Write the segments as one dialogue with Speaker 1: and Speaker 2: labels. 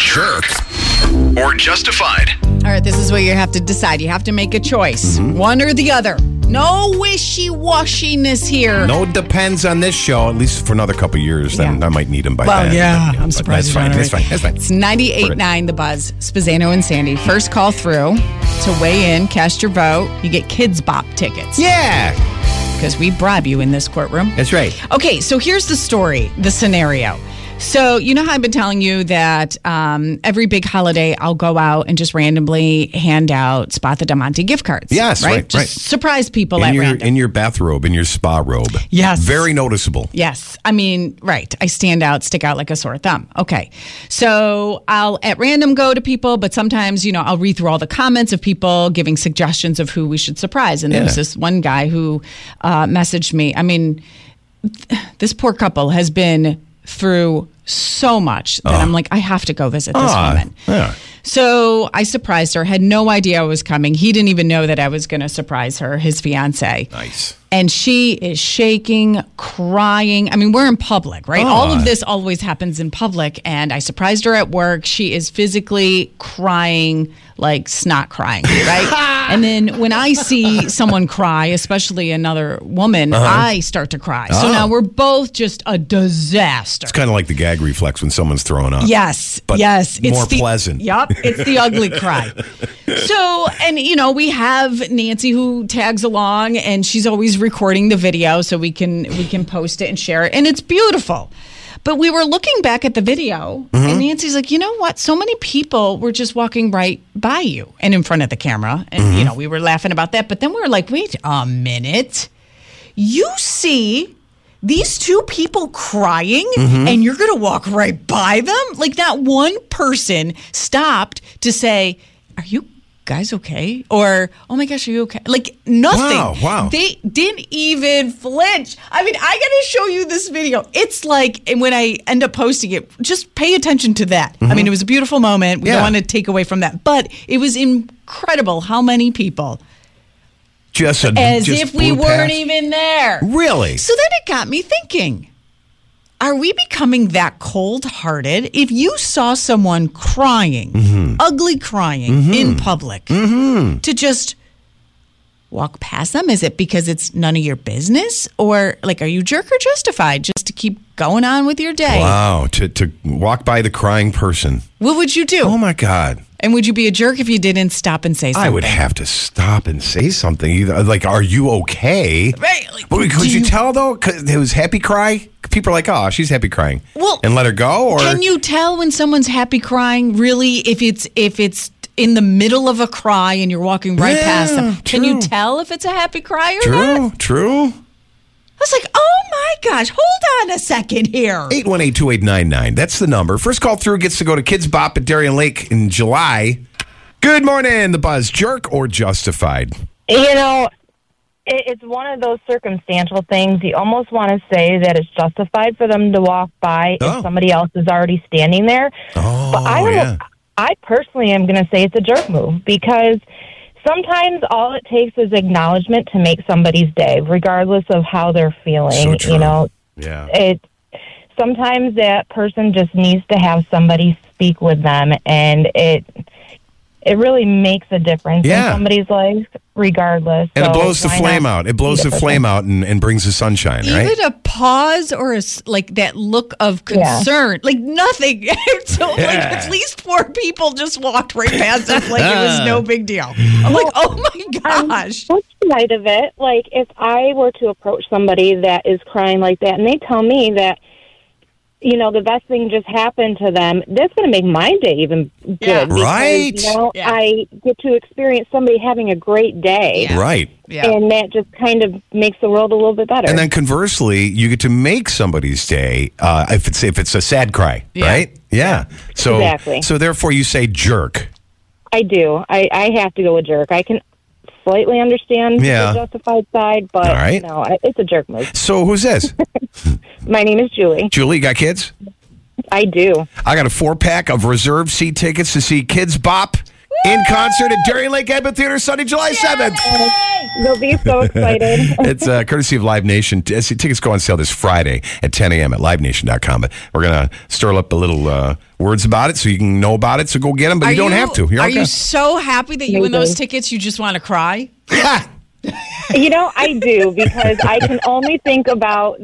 Speaker 1: Jerks. Or justified.
Speaker 2: All right, this is where you have to decide. You have to make a choice,
Speaker 3: Mm-hmm.
Speaker 2: one or the other. No wishy washiness here.
Speaker 3: No depends on this show, at least for another couple years. Then
Speaker 2: Yeah.
Speaker 3: I might need him by
Speaker 2: Well,
Speaker 3: then.
Speaker 2: yeah,
Speaker 3: But,
Speaker 2: I'm
Speaker 3: but
Speaker 2: surprised
Speaker 3: That's
Speaker 2: you're
Speaker 3: fine.
Speaker 2: not
Speaker 3: That's fine. That's fine.
Speaker 2: It's 98.9 The Buzz, Spazzano and Sandy. First call through to weigh in, cast your vote. You get Kids Bop tickets.
Speaker 3: Yeah,
Speaker 2: Because we bribe you in this courtroom.
Speaker 3: that's right.
Speaker 2: Okay, so here's the story, the scenario. So, you know how I've been telling you that um, every big holiday, I'll go out and just randomly hand out Spot the Diamante gift cards.
Speaker 3: Yes, right,
Speaker 2: Just
Speaker 3: right.
Speaker 2: surprise people
Speaker 3: In
Speaker 2: at
Speaker 3: your
Speaker 2: random.
Speaker 3: in your bathrobe, in your spa robe.
Speaker 2: Yes.
Speaker 3: Very noticeable.
Speaker 2: Yes. I mean, right. I stand out, stick out like a sore thumb. Okay. So I'll at random go to people, but sometimes, you know, I'll read through all the comments of people giving suggestions of who we should surprise. And there was
Speaker 3: Yeah.
Speaker 2: this one guy who uh, messaged me. I mean, th- this poor couple has been through so much that I'm like, I have to go visit this
Speaker 3: Oh. Ah,
Speaker 2: woman.
Speaker 3: yeah.
Speaker 2: So I surprised her, had no idea I was coming. He didn't even know that I was going to surprise her, his fiance
Speaker 3: Nice.
Speaker 2: and she is shaking, crying. I mean, we're in public, right? All of this always happens in public. And I surprised her at work. She is physically crying, like snot crying, right? and then when I see someone cry, especially another woman,
Speaker 3: Uh-huh.
Speaker 2: I start to cry. So now we're both just a disaster.
Speaker 3: Oh. It's kind of like the gag reflex when someone's throwing up.
Speaker 2: Yes.
Speaker 3: But
Speaker 2: yes.
Speaker 3: more
Speaker 2: the,
Speaker 3: pleasant.
Speaker 2: Yep. It's the ugly cry. So, and you know, we have Nancy who tags along, and she's always recording the video so we can we can post it and share it, and it's beautiful. But we were looking back at the video,
Speaker 3: Mm-hmm.
Speaker 2: and Nancy's like, you know what? So many people were just walking right by you and in front of the camera, and
Speaker 3: Mm-hmm.
Speaker 2: you know, we were laughing about that. But then we were like, wait a minute you see these two people crying
Speaker 3: Mm-hmm.
Speaker 2: and you're going to walk right by them? Like that one person stopped to say, Are you guys okay? Or, Oh my gosh, are you okay? Like nothing.
Speaker 3: Wow, wow.
Speaker 2: They didn't even flinch. I mean, I got to show you this video. It's like, and when I end up posting it, just pay attention to that. I mean, it was a beautiful moment. We
Speaker 3: Mm-hmm. Yeah.
Speaker 2: don't want to take away from that, but it was incredible how many people,
Speaker 3: Just a,
Speaker 2: as
Speaker 3: just
Speaker 2: if we
Speaker 3: blew
Speaker 2: weren't
Speaker 3: past.
Speaker 2: even there.
Speaker 3: really.
Speaker 2: So then it got me thinking Are we becoming that cold hearted? If you saw someone crying,
Speaker 3: Mm-hmm.
Speaker 2: ugly crying in public, to just walk past them, is it because it's none of your business? Or like, are you jerk or justified just to keep going on with your day?
Speaker 3: Wow. To to walk by the crying person.
Speaker 2: What would you do?
Speaker 3: Oh my God.
Speaker 2: and would you be a jerk if you didn't stop and say something?
Speaker 3: I would have to stop and say something. Either like, "Are you okay?"
Speaker 2: Right, like,
Speaker 3: but
Speaker 2: do
Speaker 3: could you,
Speaker 2: you-
Speaker 3: tell though? 'Cause it was happy cry. People are like, "Oh, she's happy crying,"
Speaker 2: Well,
Speaker 3: and let her go. Or
Speaker 2: Can you tell when someone's happy crying? Really, if it's if it's in the middle of a cry and you're walking right
Speaker 3: Yeah,
Speaker 2: past them, can you
Speaker 3: true.
Speaker 2: tell if it's a happy cry or not?
Speaker 3: True. True.
Speaker 2: I was like, oh my gosh, hold on a second here.
Speaker 3: Eight one eight two eight nine nine. That's the number. First call through gets to go to Kids Bop at Darien Lake in July. Good morning. The buzz jerk or justified.
Speaker 4: You know, it, it's one of those circumstantial things. You almost want to say that it's justified for them to walk by
Speaker 3: Oh.
Speaker 4: if somebody else is already standing there.
Speaker 3: Oh,
Speaker 4: but I,
Speaker 3: yeah.
Speaker 4: I personally am going to say it's a jerk move because sometimes all it takes is acknowledgement to make somebody's day, regardless of how they're
Speaker 3: So
Speaker 4: feeling.
Speaker 3: true.
Speaker 4: you know,
Speaker 3: Yeah.
Speaker 4: it sometimes that person just needs to have somebody speak with them and it it really makes a difference
Speaker 3: Yeah.
Speaker 4: in somebody's life, regardless.
Speaker 3: And it
Speaker 4: So
Speaker 3: blows the
Speaker 4: why
Speaker 3: flame
Speaker 4: not
Speaker 3: out. It blows
Speaker 4: be
Speaker 3: the
Speaker 4: a
Speaker 3: flame out and, and brings the sunshine, right?
Speaker 2: Even a pause or a s like that look of
Speaker 4: Yeah.
Speaker 2: concern, like nothing. so like
Speaker 3: Yeah.
Speaker 2: at least four people just walked right past us like it was no big deal. I'm like, oh my gosh.
Speaker 4: flip side of it, like if I were to approach somebody that is crying like that and they tell me that, you know, the best thing just happened to them, that's going to make my day even good.
Speaker 2: Yeah.
Speaker 4: because,
Speaker 3: Right.
Speaker 4: You know,
Speaker 2: Yeah.
Speaker 4: I get to experience somebody having a great day.
Speaker 2: Yeah.
Speaker 3: Right.
Speaker 2: Yeah.
Speaker 4: And that just kind of makes the world a little bit better.
Speaker 3: And then conversely, you get to make somebody's day uh, if it's if it's a sad cry,
Speaker 2: Yeah.
Speaker 3: right? Yeah. So
Speaker 4: Exactly.
Speaker 3: so therefore you say jerk.
Speaker 4: I do. I, I have to go a jerk. I can slightly understand
Speaker 3: Yeah.
Speaker 4: the justified side, but
Speaker 3: All right.
Speaker 4: no, I- it's a jerk move.
Speaker 3: So who's this?
Speaker 4: My name is Julie.
Speaker 3: Julie, you got kids?
Speaker 4: I do.
Speaker 3: I got a four pack of reserved seat tickets to see Kids Bop in concert at Darien Lake Amphitheater Sunday, July seventh.
Speaker 4: They'll be so excited.
Speaker 3: It's uh, courtesy of Live Nation. T- uh, see, Tickets go on sale this Friday at 10 a.m. at livenation.com. But we're going to stir up a little uh, words about it so you can know about it. So go get them, but
Speaker 2: Are
Speaker 3: you don't have to. You're
Speaker 2: are
Speaker 3: okay.
Speaker 2: you so happy that you win those tickets? You just want to cry.
Speaker 4: You know, I do because I can only think about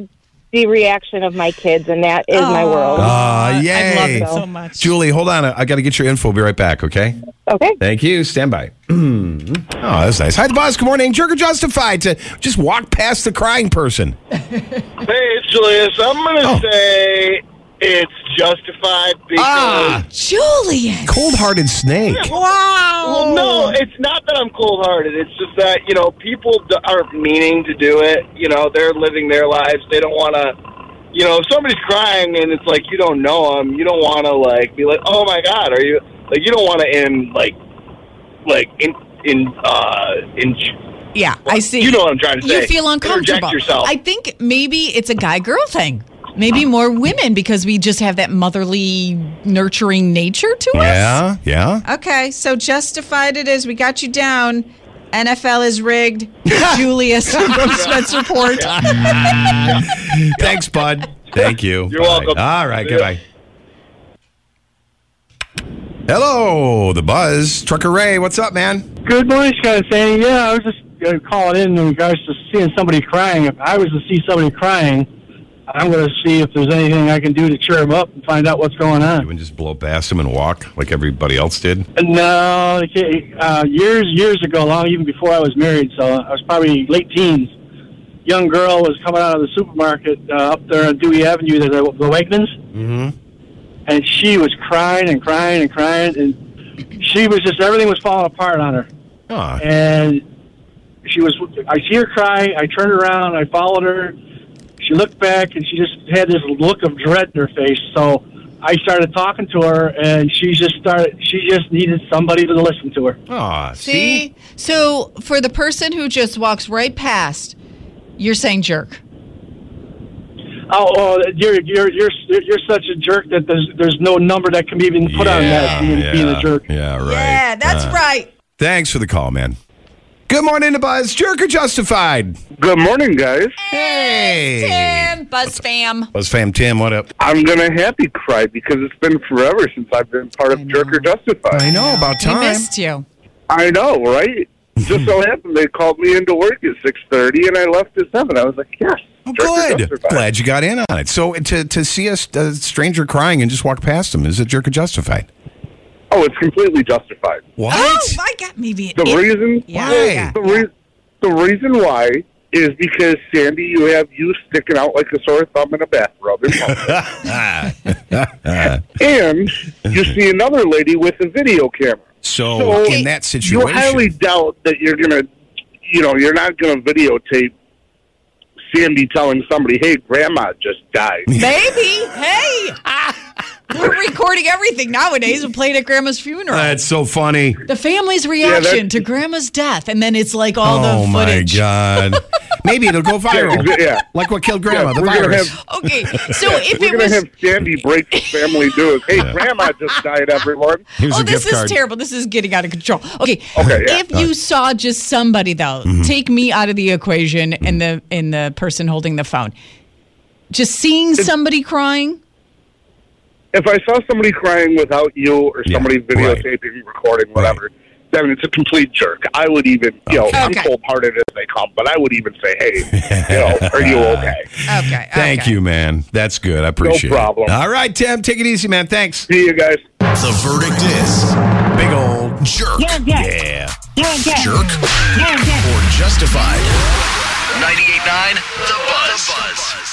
Speaker 4: the reaction of my kids, and that is my world.
Speaker 3: Ah,
Speaker 2: I love
Speaker 3: yay.
Speaker 2: it so much.
Speaker 3: Julie, hold on. I, I got to get your info. Be right back, okay?
Speaker 4: Okay.
Speaker 3: Thank you. Stand by. oh, that's nice. Hi, the boss. Good morning. Jerker Justified to just walk past the crying person.
Speaker 5: Hey, it's Julius. I'm going to
Speaker 3: Oh.
Speaker 5: say it's justified because.
Speaker 3: Ah,
Speaker 2: Julian.
Speaker 3: cold hearted snake.
Speaker 2: Wow.
Speaker 5: Well, no, it's not that I'm cold hearted. It's just that, you know, people d- aren't meaning to do it. You know, they're living their lives. They don't want to, you know, if somebody's crying and it's like you don't know them, you don't want to, like, be like, oh my God, are you, like, you don't want to, in, like, like, in, in, uh, in,
Speaker 2: Yeah, I see.
Speaker 5: You know what I'm trying to say.
Speaker 2: You feel uncomfortable.
Speaker 5: Interject yourself.
Speaker 2: I think maybe it's a guy girl thing. Maybe more women because we just have that motherly, nurturing nature to us.
Speaker 3: Yeah, yeah.
Speaker 2: Okay, so justified it is. We got you down. NFL is rigged. Julius from Spence Report.
Speaker 3: Thanks, bud. Thank you.
Speaker 5: You're
Speaker 3: Bye.
Speaker 5: welcome.
Speaker 3: All right,
Speaker 5: See ya.
Speaker 3: goodbye. Hello, the buzz. Trucker Ray, what's up, man?
Speaker 6: Good morning, Scott and Sandy. Yeah, I was just uh, calling in in regards to seeing somebody crying. If I was to see somebody crying, I'm going to see if there's anything I can do to cheer them up and find out what's going
Speaker 3: You
Speaker 6: on.
Speaker 3: would just blow past him and walk like everybody else did.
Speaker 6: No, they can't- uh, years years ago, long even before I was married, so I was probably late teens. Young girl was coming out of the supermarket uh, up there on Dewey Avenue, there's a, the Wegmans, mm-hmm. and she was crying and crying and crying, and she was just everything was falling apart on her.
Speaker 3: Aw.
Speaker 6: and she was I see her cry, I turned around, I followed her. She looked back and she just had this look of dread in her face. So I started talking to her and she just started she just needed somebody to listen to her.
Speaker 3: Aw, see?
Speaker 2: See? So for the person who just walks right past, you're saying jerk.
Speaker 6: Oh, oh you're you're you're you're such a jerk that there's there's no number that can be even put on that being, being a jerk.
Speaker 3: Yeah, right.
Speaker 2: Yeah, that's
Speaker 3: Uh,
Speaker 2: right.
Speaker 3: Thanks for the call, man. Good morning, the buzz. Jerker Justified.
Speaker 5: Good morning, guys.
Speaker 3: Hey.
Speaker 2: Tim, Buzz fam.
Speaker 3: Buzz fam Tim, what up?
Speaker 5: I'm going to happy cry because it's been forever since I've been part of Jerker Justified.
Speaker 3: I know, about
Speaker 2: We
Speaker 3: time.
Speaker 2: missed you.
Speaker 5: I know, right? Just so happened they called me into work at six thirty, and I left at seven. I was like, yes.
Speaker 3: Oh,
Speaker 5: jerk or
Speaker 3: good.
Speaker 5: duster fight.
Speaker 3: Glad you got in on it. So to to see a, a stranger crying and just walk past him is a jerk or justified?
Speaker 5: Oh, it's completely justified.
Speaker 3: What?
Speaker 2: Oh, my God. Maybe it
Speaker 5: The
Speaker 2: is.
Speaker 5: reason,
Speaker 2: Yeah,
Speaker 3: Why? yeah,
Speaker 5: the, re- the reason why is because Sandy, you have you sticking out like a sore thumb in a bathrobe, in public. and you see another lady with a video camera.
Speaker 3: So,
Speaker 5: So,
Speaker 3: Oh, in that situation,
Speaker 5: You highly doubt that you're gonna, you know, you're not gonna videotape Sandy telling somebody, "Hey, Grandma just died."
Speaker 2: Maybe. Hey, we're recording everything nowadays. We played at Grandma's funeral.
Speaker 7: Uh,
Speaker 3: that's so funny.
Speaker 2: the family's reaction
Speaker 5: that's-
Speaker 2: to Grandma's death, and then it's like all
Speaker 3: Oh
Speaker 2: the
Speaker 3: my
Speaker 2: footage.
Speaker 3: god! Maybe it'll go viral.
Speaker 5: Yeah.
Speaker 3: like what killed Grandma,
Speaker 5: Yeah,
Speaker 3: the
Speaker 5: we're gonna
Speaker 3: virus.
Speaker 5: have-
Speaker 2: Okay, so if
Speaker 5: We're
Speaker 2: it
Speaker 5: gonna
Speaker 2: was.
Speaker 5: have Sandy break the family news. Hey, Grandma just died. Everyone.
Speaker 3: Here's
Speaker 2: oh,
Speaker 3: a
Speaker 2: this
Speaker 3: gift
Speaker 2: is
Speaker 3: card.
Speaker 2: terrible. This is getting out of control. Okay,
Speaker 5: Okay, yeah.
Speaker 2: if you saw just somebody though, take me out of the equation and the and the person holding the phone. Just seeing somebody crying,
Speaker 5: if I saw somebody crying without you or somebody videotaping, recording, whatever, then it's a complete jerk. I would even, you know, I'm cold hearted as they come, but I would even say, hey, you know, are you okay?
Speaker 2: Okay.
Speaker 8: Thank you, man. That's good. I appreciate
Speaker 5: problem.
Speaker 8: it. All right, Tim. Take it easy, man. Thanks.
Speaker 5: See you guys.
Speaker 9: The verdict is
Speaker 8: Big old
Speaker 9: jerk.
Speaker 4: Yeah, yeah.
Speaker 8: yeah.
Speaker 4: Yeah, yeah.
Speaker 9: Jerk
Speaker 4: Yeah, yeah.
Speaker 9: or justified. 98.9 The Buzz. The Buzz.